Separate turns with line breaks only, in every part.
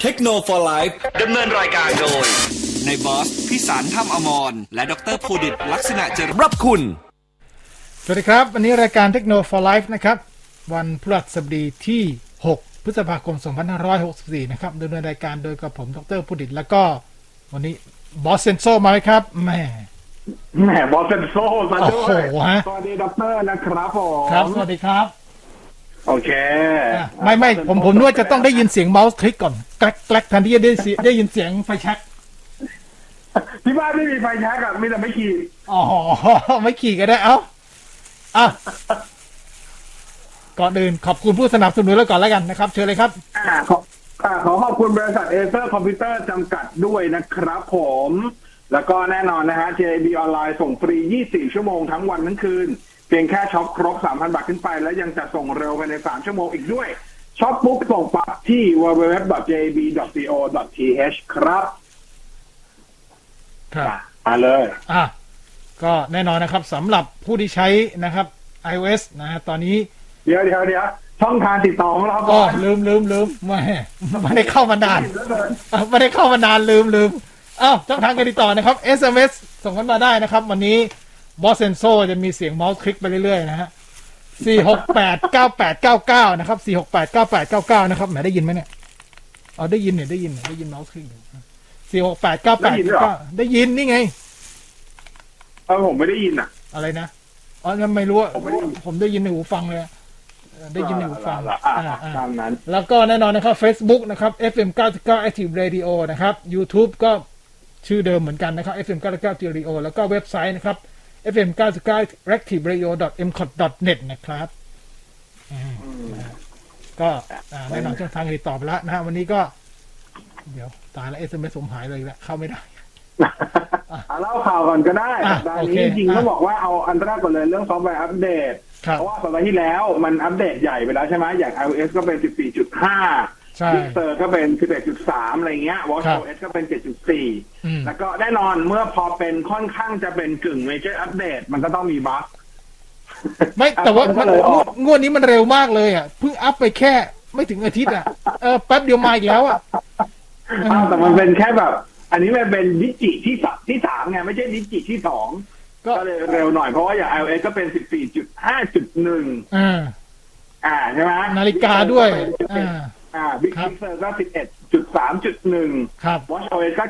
เทคโนโลยี
ดำเนินรายการโดย
ในบอสพิสารถ้ำอมร และดรภูดิตลักษณะเจริญรับคุณ
สวัสดีครับ วันนี้รายการเทคโน for Life นะครับ วันพฤหัสบดีที่ 6 พฤษภาคม 2564 นะครับดำเนินรายการโดยกับผมดรพุดิตแล้วก็ วันนี้บอสเซนโซมาไหมครับแหม
แหมบอสเซนโซมาด้
โอ้
ว
โห
ย
ฮะ
สวัสดีด็อกเตอร์นะครับผม
ครับ สวัสดีครับ
โอเค
อ่ะไม่ไม่ผมผมนกวาจะต้องได้ยินเสียงเมาส์คลิกก่อนแกลกแกลกแทันที่จะได้เสียได้ยินเสียงไฟแชัก
ที่บ้านไม่มีไฟแช็กอะมีแต่ไม่ขีด
อ๋อ ไม่ขี่ก็ได้เอ้าอ่ะก่อนอื่นขอบคุณผู้สนับสนุนแล้วก่อนแล้วกันนะครับ เชิญเลยครับ
อ่าขออ่าขอขอบคุณบริษัทเอเซอร์คอมพิวเตอร์จำกัดด้วยนะครับผม แล้วก็แน่นอนนะฮะ JB ออนไลน์ส่งฟรี 24 ชั่วโมงทั้งวันทั้งคืน เพียงแค่ช็อปครบ 3,000 บาทขึ้นไป แล้วยังจะส่งเร็วภายใน 3 ชั่วโมงอีกด้วยช็อปปุ๊บส่งปั๊บที่ www.jb.co.th ครับ
ครับ
อ่ะมาเลย
อ่ะก็แน่นอนนะครับสำหรับผู้ที่ใช้นะครับ iOS นะฮะตอนนี้
เดี๋ยวเดี๋ยวเดี๋ยวช่องทางติดต่อของเรา
อ๋
ก่
อ
อน
ลืมลืม ลืมแหม่ไม่ได้เข้ามานาน
แล้วกัน
อ่ะไม่ได้เข้ามานานลืมลืมอ้าวช่องทางการติดต่อนะครับ SMS ส่งกันมาได้นะครับ วันนี้บอสเซนโซจะมีเสียงเมาส์คลิกไปเรื่อยๆนะฮะสี่หกแปดเก้าแปดเก้าเก้านะครับสี่หกแปดเก้าแปดเก้าเก้านะครับแหมได้ยินไหมเนี่ยอ๋อได้ยินเนี่ยได้ยินเนี่ยได้ยินเมาส์คลิกสี่หกแปดเก้าแป
ได้
ด
ยินด้วยเหรอ
เก้าได้ยินนี่ไง
เออผมไม่ได้ยินอ่ะ
อะไรนะ อ๋อยังไม่รู้อะ
ผมไม่ได้ยิน
ผมได้ยินในหูฟังเลยอะเออได้ยินในหูฟัง
อ่ะอ่ะ
อ่า
อ่ะ
อ่า
ตามนั้น
แล้วก็แน่นอนนะครับ Facebook นะครับ FM 99 Active Radio นะครับ YouTube ก็ชื่อเดิมเหมือนกันนะครับ FM 99 Active Radio แล้วก็เว็บไซต์นะครับ fm 99 active radio m c o t net นะครับอืมก็อ่าแน่นอนช่องทางติดต่อไปแล้วนะฮะวันนี้ก็ เดี๋ยวตายแล้ว SMS ผมหายเลยอีกแล้วเข้าไม่ได้
อ่ะเล่าข่าวก่อนก็ได้
อ่ะ
สัปดา
โอ
ห์
เค
นี้จริง
อ่ะ
ๆต้องบอกว่าเอาอันแรกก่อนเลยเรื่องซอฟต์แวร์อัปเดต
ครับ
เพราะว่าสัปดาห์ที่แล้วมันอัปเดตใหญ่ไปแล้วใช่ไหมอย่าง iOS ก็เป็น 14.5
ใช่
ดิสเตอร์ก็เป็น 11.3 อะไรเงี้
ค
ย
รับ
watchOS ก็เป็น
อืม
7.4 แล้วก็แน่นอนเมื่อพอเป็นค่อนข้างจะเป็นกึ่งเมเจอร์อัปเดตมันก็ต้องมีบั๊ก
ไม่แต่ว่า
อ่ะ
มัน
ก็เลยออก
งวดนี้มันเร็วมากเลยอ่ะเพิ่งอัพไปแค่ไม่ถึงอาทิตย์อ่ะเออแป๊บเดียวมาอีกแล้วอ่ะ
อ้าวแต่มันเป็นแค่แบบ อันนี้มันเป็นดิจิที่สามที่สามไงไม่ใช่ดิจิที่สอง
ก็
ก็เลยเร็วหน่อยเพราะว่าอย่าง iOS ก็เป็น 14.5.1
อ่า
อ่าใช่ไหม
นาฬิกาด้วย
อ่า
อ่า
อ่าบิ๊ก
ครับ
พิกเซอร์ก็ 11.3.1
ครับ
วอชโอเอสก็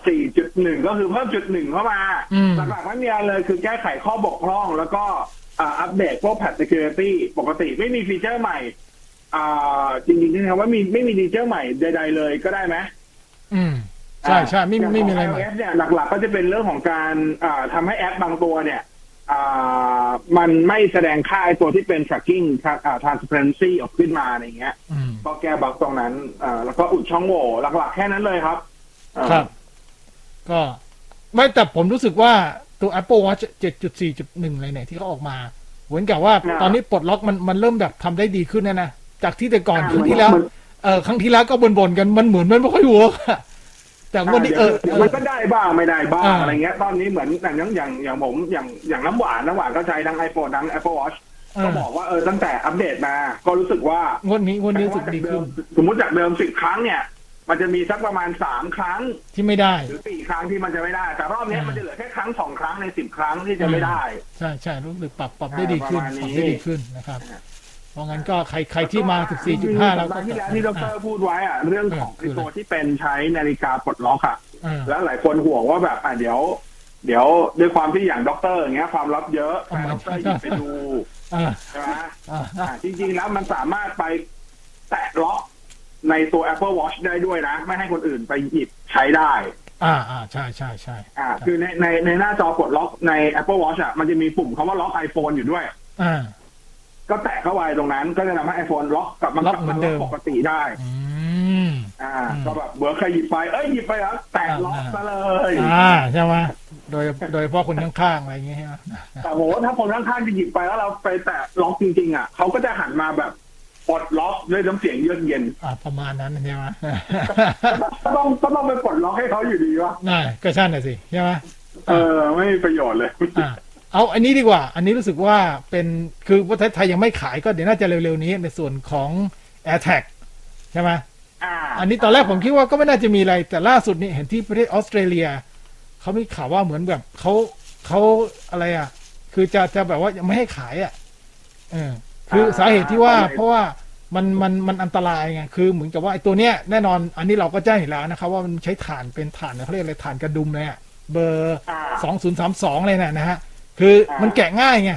7.4.1 ก็คือเพิ่มจุดหนึ่งเข้ามา
อืม
หลักๆไม่มีอะไรเลยคือแก้ไขข้อบกพร่องแล้วก็อ่าอัปเดตพวกแพท security ปกติไม่มีฟีเจอร์ใหม่ อ่าจริงๆนะครับว่ามีไม่มีฟีเจอร์ใหม่ใดๆเลยก็ได้ไหม
อืมใช่ใช่ไม่
ย่าง
ไม่มีอะไร
ข
ให
อง
ม่
iOS เนี่ยหลักๆก็จะเป็นเรื่องของการอ่าทำาให้แอปบางตัวเนี่ยอ่ามันไม่แสดงค่าไอตัวที่เป็น tracking ครับอ่า transparency ออกขึ้นมาอะไรเงี้ย
อืม
ก็แก้บั๊กตรงนั้นอ่าแล้วก็อุดช่องโหว่หลักๆ แค่นั้นเลยครับอ่า
ครับ ก็ไม่แต่ผมรู้สึกว่าตัว Apple Watch 7.4.1 อะไรเนี่ยที่เขาออกมา เหมือนกับว่าตอนนี้ปลดล็อกมันมันเริ่มแบบทำได้ดีขึ้นนะนะจากที่แต่ก่อนครั้งที่แล้วเออครั้งที่แล้วก็บ่นๆกันมันเหมือนมันไม่ค่อยหัวแต่
อ่าง
วันนี้เออ
ดี๋ยว
เออ
มันก็ได้บ้างไม่ได้บ้าง
อ่า
อะไรเงี้ยตอนนี้เหมือนอย่างอย่างอย่างผมอย่างอย่างน้ำหวานน้ำหวานก็ใช้ทั้ง iPhone ทั้ง Apple Watch
เอ
ก็
อ
บอกว่าเออตั้งแต่อัปเดตมา ก็รู้สึกว่า
งวดนี้งวดนี้รู้สึกดีขึ้น
สมมติจากเดิมสิบครั้งเนี่ย มันจะมีสักประมาณสามครั้ง
ที่ไม่ได้
หรือสี่ครั้งที่มันจะไม่ได้ แต่รอบเนี้ย
อ่ามั
มันจะเหลือแค่ครั้งสองครั้งในสิบครั้งที่จะไม่ได้
ใช่ใช่รู้สึกปรับปรับได้ดีขึ้น
ประมาณ
ป
นี้
รับได้ดีขึ้นนะครับ เพราะงั้นก็ใครใครที่มา 14.5 แล้วก็
สัปดาห์ที่แล้ว
อ่ะ
ที่ดรพูดไว้อะเรื่องของ
เออ
ไอ
คืออะไร
ตัวที่เป็นใช้นาฬิกาปลดล็อกอะ
อ่ะ
แล้วหลายคนห่วงว่าแบบอ่ะเดี๋ยว เดี๋ยวด้วยความที่อย่างด็อกเตอร์อย่างเงี้ยความลับเยอะ
อ่า
แต่ด็อกเตอร์หยิบไปดู
อ่ะ
ใช่ไหม
อ่ะ
อ่ะจริงๆแล้วมันสามารถไปแตะล็อกในตัว Apple Watch ได้ด้วยนะ ไม่ให้คนอื่นไปหยิบใช้ได้
อ่ะอ่ะใช่ใช่ใช่
อ่า
ครับ
คือในในในหน้าจอปลดล็อกใน Apple Watch อ่ะมันจะมีปุ่มคำว่าล็อก iPhone อยู่ด้วย
อ่ะ
ก็แตะเข้าไปตรงนั้นก็จะทำให้ iPhone ล็อกกลับมา
ล็อกเหมือนเดิม
ปกติได้
อืม
อ่า
อืม
ก็แบบเบอร์ใครหยิบไป เอ้ยหยิบไปแล้วแตะล็อก
อ่า
ซะเลย
อ่าใช่ไหมโดยโดยเฉพาะคนข้างๆอะไรอย่างเงี้ยใช่ไหม
แต่โหถ้าคนข้างๆจะหยิบไปแล้วเราไปแตะล็อกจริงๆอ่ะเขาก็จะหันมาแบบปลดล็อกด้วยน้ำเสียงเยือกเย็น
อ่ะประมาณนั้นใช่ไหม
ก็ต้องก็ต้องไปปลดล็อกให้เขาอยู่ดีวะ
น่าก็ใช่น่ะสิใช่ไหม
เออ ไม่มีประโยชน์เลย
อ่ะเอาอันนี้ดีกว่า อันนี้รู้สึกว่าเป็นคือประเทศไทยยังไม่ขายก็เดี๋ยวน่าจะเร็วๆนี้ในส่วนของ AirTag ใช่ไหม
อ่า
อันนี้ตอนแรกผมคิดว่าก็ไม่น่าจะมีอะไรแต่ล่าสุดนี่เห็นที่ประเทศออสเตรเลียเขามีข่าวว่าเหมือนแบบเขาเขาอะไรอ่ะ คือจะจะแบบว่ายังไม่ให้ขายอ่ะเออคือสาเหตุที่ว่า
อ่า
เพราะว่ามันมันมันอันตรายไงคือเหมือนกับว่าไอ้ตัวเนี้ยแน่นอน อันนี้เราก็แจ้งเห็นแล้วนะครับ ว่ามันใช้ฐานเป็นฐานเขาเรียกอะไรฐานกระดุมเลยอ่ะเบอร์
อ่า
สองศูนย์สามสองเลยนะนะฮะคือมันแกะง่ายไง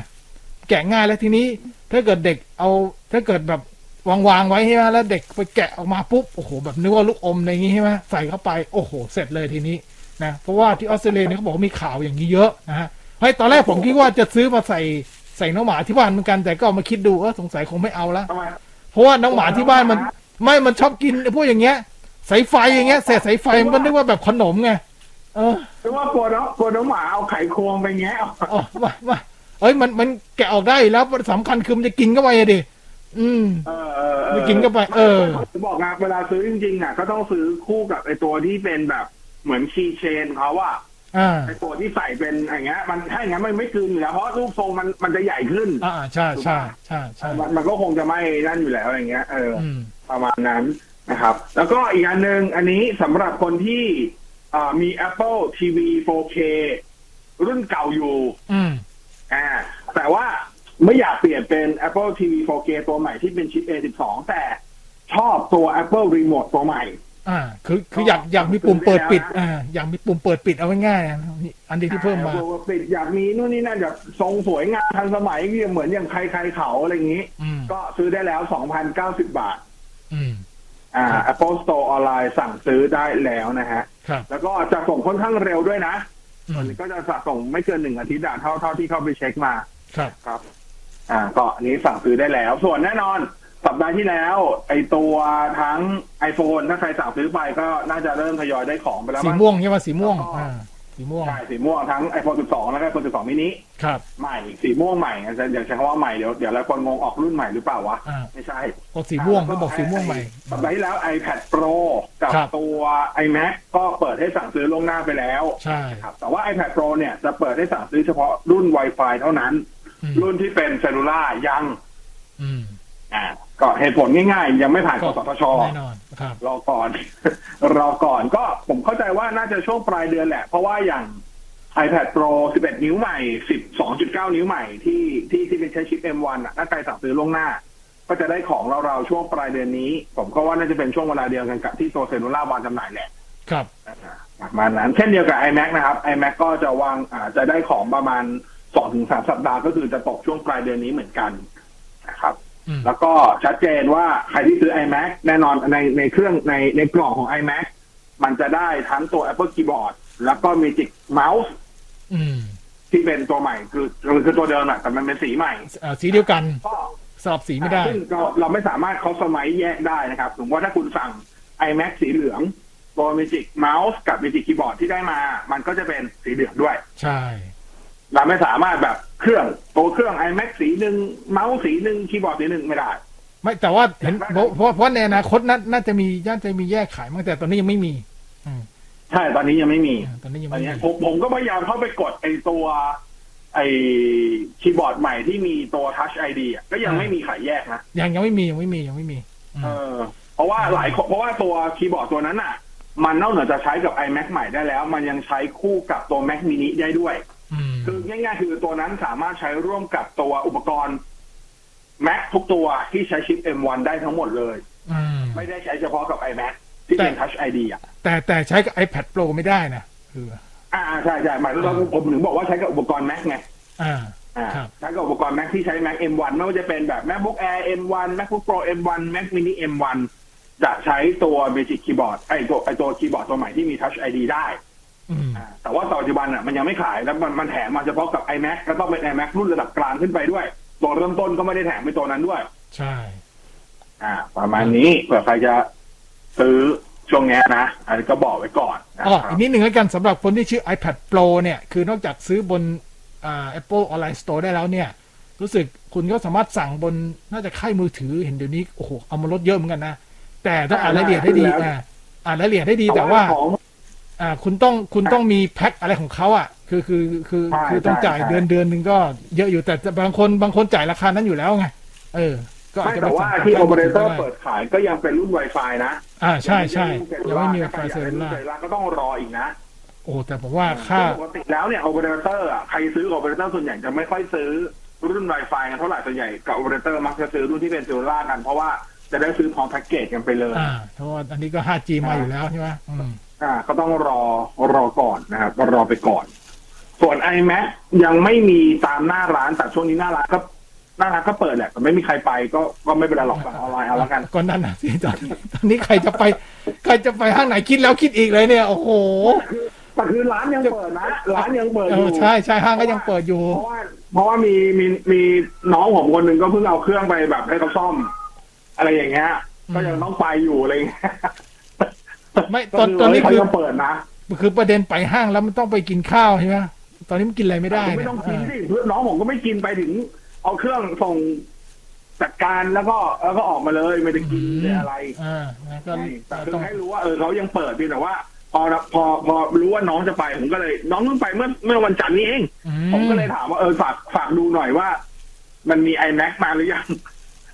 แกะง่ายแล้วทีนี้ถ้าเกิดเด็กเอาถ้าเกิดแบบวางวางๆไว้ใช่ไหมแล้วเด็กไปแกะออกมาปุ๊บโอ้โหแบบนึกว่าลูกอมอะไรอย่างงี้ใช่ไหมใส่เข้าไปโอ้โห เสร็จเลยทีนี้นะเพราะว่าที่ออสเตรเลียเนี่ยเขาบอกว่ามีข่าวอย่างนี้เยอะนะฮะเฮ้ยตอนแรกผมคิดว่าจะซื้อมาใส่ใส่น้องหมาที่บ้านเหมือนกันแต่ก็เอามาคิดดูเออสงสัยคงไม่เอาละ
ทำไม
เพราะว่าน้องหมาที่บ้านมันไม่มันชอบกินไอ้พวกอย่างเงี้ยสายไฟอย่างเงี้ยเศษสายไฟมันก็นึกว่าแบบขนมไงเออ
เพราะว่ากลัวน้องกลัวน้องหมาเอาไขควงไปแงะออก
อ๋อมามาเอ้ยมันมันแกะออกได้อยู่แล้วสำคัญคือมันจะกินเข้าไปอะดิ อืม
เออเออเอ
ไม่
อ
กินเข้าไปเออ
ผมบอกนะเวลาซื้อจริงๆอ่ะก็ต้องซื้อคู่กับไอตัวที่เป็นแบบเหมือนคีย์เชนเขาอะ
อ่า
ไอตัวที่ใส่เป็นอย่างเงี้ยมันถ้าอย่างเงี้ยมันไม่คืนอยู่แล้วเพราะรูปทรงมันมันจะใหญ่ขึ้น
อ่าใช่ใช่ใช่ใช่
มันมันก็คงจะไม่นั่นอยู่แล้วอย่างเงี้ยเอออ
อืม
ประมาณนั้นนะครับ แล้วก็อีกอันหนึ่งอันนี้สำหรับคนที่อ่ามี Apple TV 4K รุ่นเก่าอยู่
อืม
อ่าแต่ว่าไม่อยากเปลี่ยนเป็น Apple TV 4K ตัวใหม่ที่เป็นชิป A12 แต่ชอบตัว Apple Remote ตัวใหม่
อ่า คือคืออยากอยากมีปุ่มเปิดปิด อ่า อยากมีปุ่มเปิดปิดเอาไว้ง่ายๆนะนี่อันเดียวที่เพิ่มมา
Apple ปิดอยากมีนู่นนี่นั่นแบบทรงสวยงามทันสมัยเหมือนอย่างใครๆเขาอะไรอย่างนี้
อืม
ก็ซื้อได้แล้ว 2,090 บาท
อืม
อ่า
ครับ
Apple Store ออนไลน์สั่งซื้อได้แล้วนะฮะ
ครับ
แล้วก็จะส่งค่อนข้างเร็วด้วยนะ
อืม
ก็จะสะสมไม่เกินหนึ่งอาทิตย์อะเท่าเท่าที่เข้าไปเช็คมา
ครับ
ครับ อ่าก็อันนี้สั่งซื้อได้แล้ว ส่วนแน่นอน สัปดาห์ที่แล้ว ไอตัวทั้ง iPhone ถ้าใครสั่งซื้อไปก็น่าจะเริ่มทยอยได้ของไปแล้ว
สี
มั้ง
ม่วงใช่ไหมสีม่วง
แล้วก็
อ่า สีม่วง
ใช่สีม่วงทั้ง iPhone 12 แล้วก็ iPhone 12 มินิ
ครับ
ใหม่ สีม่วงใหม่อาจารย์อย่าใช้คำว่าใหม่เดี๋ยวเดี๋ยวหลายคนงงออกรุ่นใหม่หรือเปล่าวะ
อ่า
ไม่ใช่
บอกสีม่วง
แล้
ก็บอกสีม่วงใหม่
สัปดาห์ที่แล้ว iPad Pro กับ
ครับ
ตัว iMac ก็เปิดให้สั่งซื้อล่วงหน้าไปแล้ว
ใช่
ครับแต่ว่า iPad Pro เนี่ยจะเปิดให้สั่งซื้อเฉพาะรุ่น Wi-Fi เท่านั้น
อืม
รุ่นที่เป็นเซลลูล่ายัง
อืม
อ่าก็เหตุผลง่ายๆ ยังไม่ผ่านกสทช
แน่นอนครับ
รอก่อน รอก่อนก็ผมเข้าใจว่าน่าจะช่วงปลายเดือนแหละ เพราะว่าอย่าง iPad Pro 11 นิ้วใหม่ 12.9 นิ้วใหม่ที่ที่ที่เป็นใช้ชิป M1 อ่ะถ้าใครสั่งซื้อล่วงหน้า ก็จะได้ของเราๆช่วงปลายเดือนนี้ ผมก็ว่าน่าจะเป็นช่วงเวลาเดียวกันกับที่ตัวเซลลูล่าวางจำหน่ายแหละ
ครับ
ประมาณนั้นเช่นเดียวกับ iMac นะครับ iMac ก็จะวางอาจะได้ของประมาณสองถึงสามสัปดาห์ก็คือจะตกช่วงปลายเดือนนี้เหมือนกันนะครับ
อืม
แล้วก็ชัดเจนว่าใครที่ซื้อ iMac แน่นอนในในเครื่องในในกล่องของ iMac มันจะได้ทั้งตัว Apple Keyboard แล้วก็ Magic Mouse
อืม
ที่เป็นตัวใหม่คือคือคือตัวเดิมอะแต่มันเป็นสีใหม่
อ่าสีเดียวกัน
ก็
สลับสีไม่ได้
ซึ่งเราเราไม่สามารถเขาสมัยแยกได้นะครับสมมติว่าถ้าคุณสั่ง iMac สีเหลืองตัว Magic Mouse กับ Magic Keyboard ที่ได้มา มันก็จะเป็นสีเหลืองด้วย
ใช่
เราไม่สามารถแบบเครื่องตัวเครื่อง iMac สีหนึ่งเมาส์สีหนึ่งคีย์บอร์ดสีหนึ่งไม่ได้
ไม่แต่ว่าเห็นเพราะเพราะเพราะในอนาคตน่าน่าจะมีน่าจะมีแยกขายมั้งแต่ตอนนี้ยังไม่มีอืม
ใช่ตอนนี้ยังไม่มี
อ่าตอนนี้ยัง
ตอน
ไม่
นี้
มี
ผมผมก็พยายามเข้าไปกดไอตัว ไอคีย์บอร์ดใหม่ที่มีตัว Touch ID อ่ะก็ยังไม่มีขายแยกนะ
ยังยังไม่มียังไม่มียังไม่มีอืม
เออ เพราะว่าหลายคนเพราะว่าตัวคีย์บอร์ดตัวนั้นอ่ะ มันนอกเหนือจะใช้กับ iMac ใหม่ได้แล้ว มันยังใช้คู่กับตัว Mac mini ได้ด้วย
ม
คือง่ายๆ คือตัวนั้นสามารถใช้ร่วมกับตัวอุปกรณ์ Mac ทุกตัวที่ใช้ชิป M1 ได้ทั้งหมดเลย
อืม
ไม่ได้ใช้เฉพาะกับ iMac ที่เป็น
แต่
Touch ID อ่ะ
แต่แต่ใช้กับ iPad Pro ไม่ได้นะคือ
อ่าใช่ใช่หมายถึงว่าผมถึงบอกว่าใช้กับอุปกรณ์ Mac ไง
อ่า
อ่า
ครับ
ใช้กับอุปกรณ์ Mac ที่ใช้ Mac M1 ไม่ว่าจะเป็นแบบ MacBook Air M1 MacBook Pro M1 Mac Mini M1 จะใช้ตัว Magic Keyboard ไอตัวไอตัวคีย์บอร์ดตัวใหม่ที่มี Touch ID ได้
อืม
อ่าแต่ว่าปัจจุบันอ่ะมันยังไม่ขายแล้วมันมันแถมมาเฉพาะกับ iMac ก็ต้องเป็น iMac รุ่นระดับกลางขึ้นไปด้วย ตัวเริ่มต้นก็ไม่ได้แถมไปตัวนั้นด้วย
ใช่
อ่า ประมาณนี้เผื่อใครจะซื้อช่วงเนี้ยนะ อันนี้ก็บอกไว้ก่อนนะ
อ๋อ
ครับ
อีกนิดหนึ่งแล้วกันสำหรับคนที่ชื่อ iPad Pro เนี่ย คือนอกจากซื้อบนอ่า Apple Online Store ได้แล้วเนี่ย รู้สึกคุณก็สามารถสั่งบนน่าจะค่ายมือถือเห็นเดี๋ยวนี้โอ้โหเอามาลดเยอะเหมือนกันนะ แต่ต้องอ่านรายละเอียดให้ดี
แล้ว
อ่าอ่านรายละเอียดให้ดีแต่ว่า
ของ
อ่าคุณต้องคุณต้องมีแพ็คอะไรของเขาอ่ะคือคือคือ
ใช่
คือต้อง
ใช่
จ่าย
ใช่
เดือนเดือนหนึ่งก็เยอะอยู่แต่แต่บางคนบางคนจ่ายราคานั้นอยู่แล้วไงเออ ก็ ก็อาจ
ไม่
จะไป
แต่ว่า
สั่ง
ที่
ใก
โอ
ล้
เปอเรเตอร์
ได้
เปิดขายก็ยังเป็นรุ่น Wi-Fi นะ
อ่าใช่ใช่ยังไม่มี
นะ
ไฟ
ใครอ
เซ
ยาก
อร์
ได้รุ่น
ล่า
ไฟล่าก็ต้องรออีกนะ
โอ้แต่ผมว่าค่า
ปกติแล้วเนี่ยโอเปอเรเตอร์อ่ะใครซื้อโอเปอเรเตอร์ส่วนใหญ่จะไม่ค่อยซื้อรุ่น Wi-Fi กันเท่าไหร่ส่วนใหญ่กับโอเปอเรเตอร์มักจะซื้อรุ่นที่เป็นเซลลูล่ากัน เพราะว่าจะได้ซื้อพร้อมแพ็กเกจกันไปเลย
อ่าเพราะว่าอันนี้ก็ 5G มาอยู่แล้วใช่ไหมอืม
อ่าก็ต้องรอรอก่อนนะครับรอไปก่อน ส่วน iMac ยังไม่มีตามหน้าร้านแต่ช่วงนี้หน้าร้านก็หน้าร้านก็เปิดแหละแต่ไม่มีใครไปก็ก็ไม่เป็นไรหรอกสั่งออนไลน์เอาแล้วกัน
ก็นั่นนะสิตอนนี้ตอนนี้ใครจะไป ใครจะไปห้างไหนคิดแล้วคิดอีกเลยเนี่ย โอ้โห
แต่คือร้านยังเปิดนะร้านยังเปิด
เอ
อยู่
อใช่ใช่ห้างก็ยังเปิดอยู่
เพราะว่าเพราะว่ามีมีมีน้องผมคนหนึ่งก็เพิ่งเอาเครื่องไปแบบให้เขาซ่อม อะไรอย่างเงี้ย
อืม
ก็ยังต้องไปอยู่อะไรอย่างเงี้ย
ไม่ตอน
ก็
ตอนนี้
เขา
คือ
ยังเปิดนะ
คือประเด็นไปห้างแล้วมันต้องไปกินข้าวใช่ไหมตอนนี้มันกินอะไรไม่ได้
ผม
เนี่
ไม่
ย
ต้อง
เอ
กิน
อ
สิเพื่อนน้องผมก็ไม่กินไปถึง เอาเครื่องส่งจัดการแล้วก็แล้วก็ออกมาเลยไม่ได้กินไม่ได้อะไร
อ่าแล้วก็
ใช่แต่คือ
ต้อง
ให้รู้ว่าเออเขายังเปิดเพียงแต่ว่า พอพอพอรู้ว่าน้องจะไปผมก็เลย น้องเพิ่งไปเมื่อเมื่อวันจันทร์นี้เอง
อื
ผมก็เลยถามว่าเออฝากฝากดูหน่อยว่า มันมี iMac มาหรือยัง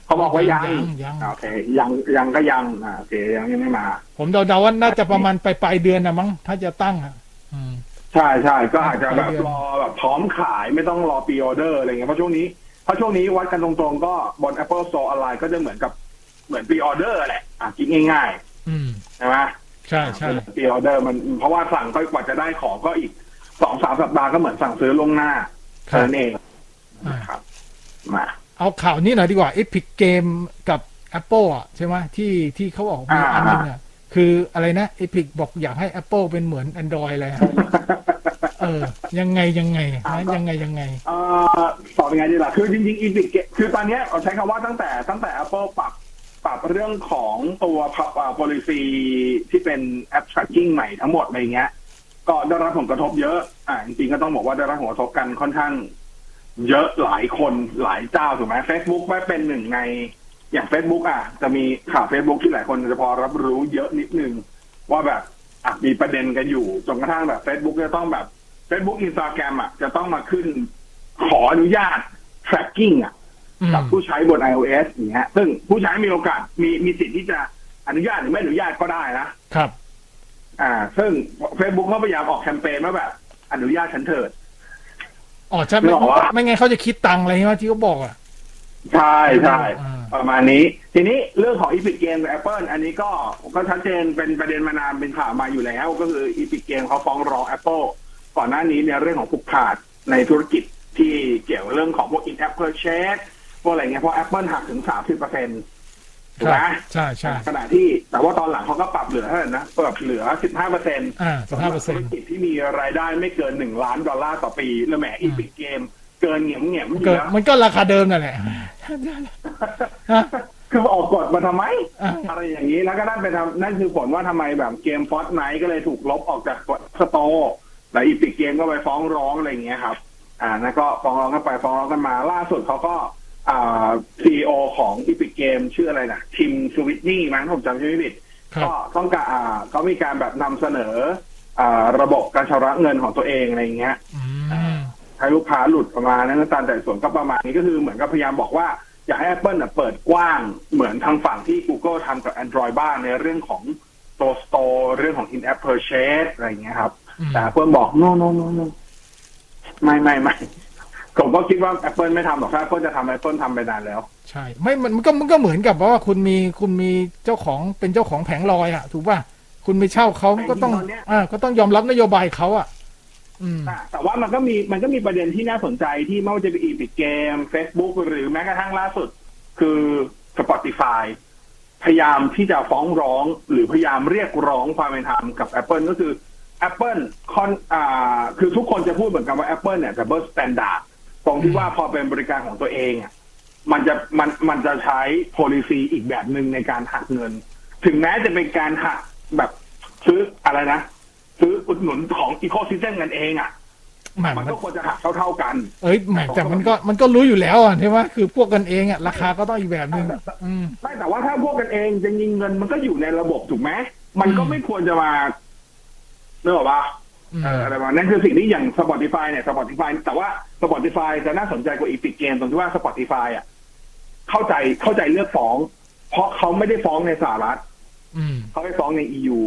เขาบอกว่ายัง
ยัง
อ่าโอเคยังยังก็ยังอ่าโอเคยังยังไม่มา
ผมเดาๆว่าน่าจะประมาณปลายๆเดือนนะมั้งถ้าจะตั้งอ่ะอืม
ใช่ใช่ก็อาจจะแบบ
ไปเดือน
รอแบบพร้อมขายไม่ต้องรอปีออเดอร์อะไรเงี้ยเพราะช่วงนี้เพราะช่วงนี้วัดกันตรงๆก็บน Apple Store ออนไลน์ก็จะเหมือนกับเหมือนปีออเดอร์แหละอ่ะคิดง่าย
อืม
ๆใช่ไหม
ใช่ใช่
ปีออเดอร์มันเพราะว่าสั่งก็กว่าจะได้ของก็อีกสองสามสัปดาห์ก็เหมือนสั่งซื้อล่วงหน้า
ค
เท่า
รับ
นั้นเอง
อ่า
นะครับ มา
เอาข่าวนี้หน่อยดีกว่า Epic Game กับ Apple อ่ะใช่ไหมที่ที่เขาออกมา
อ่า
อันนึงอ่ะคืออะไรนะ Epic บอกอยากให้ Apple เป็นเหมือน Android เลยอะเออ ยังไงยังไงนะยังไงยังไง
เอ่อตอบยังไงดีล่ะ คือจริงๆอีพิกคือตอนเนี้ยเราใช้คำว่าตั้งแต่ตั้งแต่ Apple ปรับปรับเรื่องของตัวพับอ่า policy ที่เป็น app tracking ใหม่ทั้งหมดอะไรเงี้ย ก็ได้รับผลกระทบเยอะ อ่าจริงๆก็ต้องบอกว่าได้รับผลกระทบกันค่อนข้าง เยอะหลายคนหลายเจ้าถูกไหม Facebook ไม่เป็นหนึ่งในอย่าง Facebook อ่ะ จะมีข่าว Facebook ที่หลายคนจะพอรับรู้เยอะนิดนึง ว่าแบบอ่ะมีประเด็นกันอยู่จนกระทั่งแบบ Facebook จะต้องแบบ Facebook Instagram อ่ะจะต้องมาขึ้น ขออนุญาต tracking อ่ะ
อืม
กับผู้ใช้บน iOS อย่างเงี้ยซึ่งผู้ใช้มีโอกาสมีมีสิทธิ์ที่จะอนุญาตหรือไม่อนุญาตก็ได้นะ
ครับ
อ่า ซึ่ง Facebook เขาพยายามออกแคมเปญว่าแบบ อนุญาตฉันเถิด
อ๋อใช่ไม่
หรอวะ
ไม่ไงนเขาจะคิดตังค์อะไรใช่ไหมที่เขาบอกอ่ะ
ใช่ใช่
อ่า
ประมาณนี้ ทีนี้เรื่องของ Epic Games กับ Apple อันนี้ก็ก็ชัดเจนเป็นประเด็นมานานเป็นข่าวมาอยู่แล้ว ก็คือ Epic Games เขาฟ้องร้อง Apple ก่อนหน้านี้ในเรื่องของผูกขาดในธุรกิจที่เกี่ยวเรื่องของพวก in-app purchase พวกอะไรเงี้ยเพราะ Apple หักถึง 30%ถูกไหม
ใช่ใช่
ขณะที่แต่ว่าตอนหลังเขาก็ปรับเหลือเท่าไหร่นะปรับเหลือ 15เปอร์เซ็นต์
อ่า15%
ธุรกิจที่มีรายได้ไม่เกิน 1 ล้านดอลลาร์ต่อปี แล้วแหมอีพิกเกม เกินเหงี่ยมเงี่ยมๆอ
เกิด
ยู่แล้ว
มันก็ราคาเดิมนั่นแหละ ฮะ
คือออกกฎมาทำไม
อ่า
อะไรอย่างนี้แล้วก็นั่นไปนทำนั่นคือผลว่าทำไมแบบเกมฟอสไนก็เลยถูกลบออกจากสตอร์และอีพิกเกมก็ไปฟ้องร้องอะไรอย่างเงี้ยครับ อ่าแล้วก็ฟ้องร้องกันไปฟ้องร้องกันมา ล่าสุดเขาก็อ่าซีอของอีพิกเกมชื่ออะไรนะทิมสวิตนี่มั้งผมจำชื่อไม่ผิด
ครับ
ก็ต้องการอ่าเขามีการแบบนำเสนออ่าระบบการชำระเงินของตัวเองอะไรอย่างเงี้ย
อืม
ให้ลูกค้าหลุดประมาณนั้นตามแต่ส่วนก็ประมาณนี้ก็คือเหมือนกับพยายามบอกว่า อยากให้ Apple น่ะเปิดกว้างเหมือนทางฝั่งที่ Google ทำกับ Android บ้างในเรื่องของตัว Store เรื่องของ In-app purchase อะไรอย่างเงี้ยครับ
อืม
แต่ Apple บอก no no no no ไม่ไม่ไม่ ผมก็คิดว่า Apple ไม่ทำหรอกถ้า Apple จะทำ Apple ทำไปนานแล้ว
ใช่ ไม่มันมันก็มันก็เหมือนกับว่าคุณมีคุณมีเจ้าของเป็นเจ้าของแผงลอยอ่ะ ถูกป่ะคุณไปเช่าเขาก็ต้อง
แต่จริงๆตอนเนี้ย
อ่าก็ต้องยอมรับนโยบายเขาอ่ะ อืม
อ่ะแต่ว่ามันก็มีมันก็มีประเด็นที่น่าสนใจที่ไม่ว่าจะเป็นอีพิกเกม Facebook หรือแม้กระทั่งล่าสุด คือ Spotify พยายามที่จะฟ้องร้องหรือพยายามเรียกร้องความเป็นธรรมกับ Apple ก็คือ Apple คอนอ่าคือทุกคนจะพูดเหมือนกันว่า Apple เนี่ย double standard ตรงที่ว่าพอเป็นบริการของตัวเองอ่ะมันจะมันมันจะใช้ policy อีกแบบหนึ่งในการหักเงิน ถึงแม้จะเป็นการหักแบบซื้ออะไรนะ ซื้ออุดหนุนของ ecosystem กันเองอ่ะ
แหม่
มัน
มัน
ก็ควรจะหักเท่าๆกัน
เอ้ยแหม่แต่มันก็มันก็รู้อยู่แล้วอ่ะใช่ไหมคือพวกกันเองอ่ะราคาก็ต้องอีกแบบหนึ่งอืม
ไม่แต่ว่าถ้าพวกกันเองจะยิงเงินมันก็อยู่ในระบบถูกไหมมันก็
อืม
ไม่ควรจะมาเนกออกปะ
อืม
เอออะไรประมาณนั่นคือสิ่งที่อย่าง Spotify เนี่ย Spotify แต่ว่า Spotify จะน่าสนใจกว่าอีพิกเกมตรงที่ว่า Spotify อ่ะ เข้าใจเข้าใจเลือกฟ้อง เพราะเขาไม่ได้ฟ้องในสหรัฐ
อืม
เขาไปฟ้องใน EU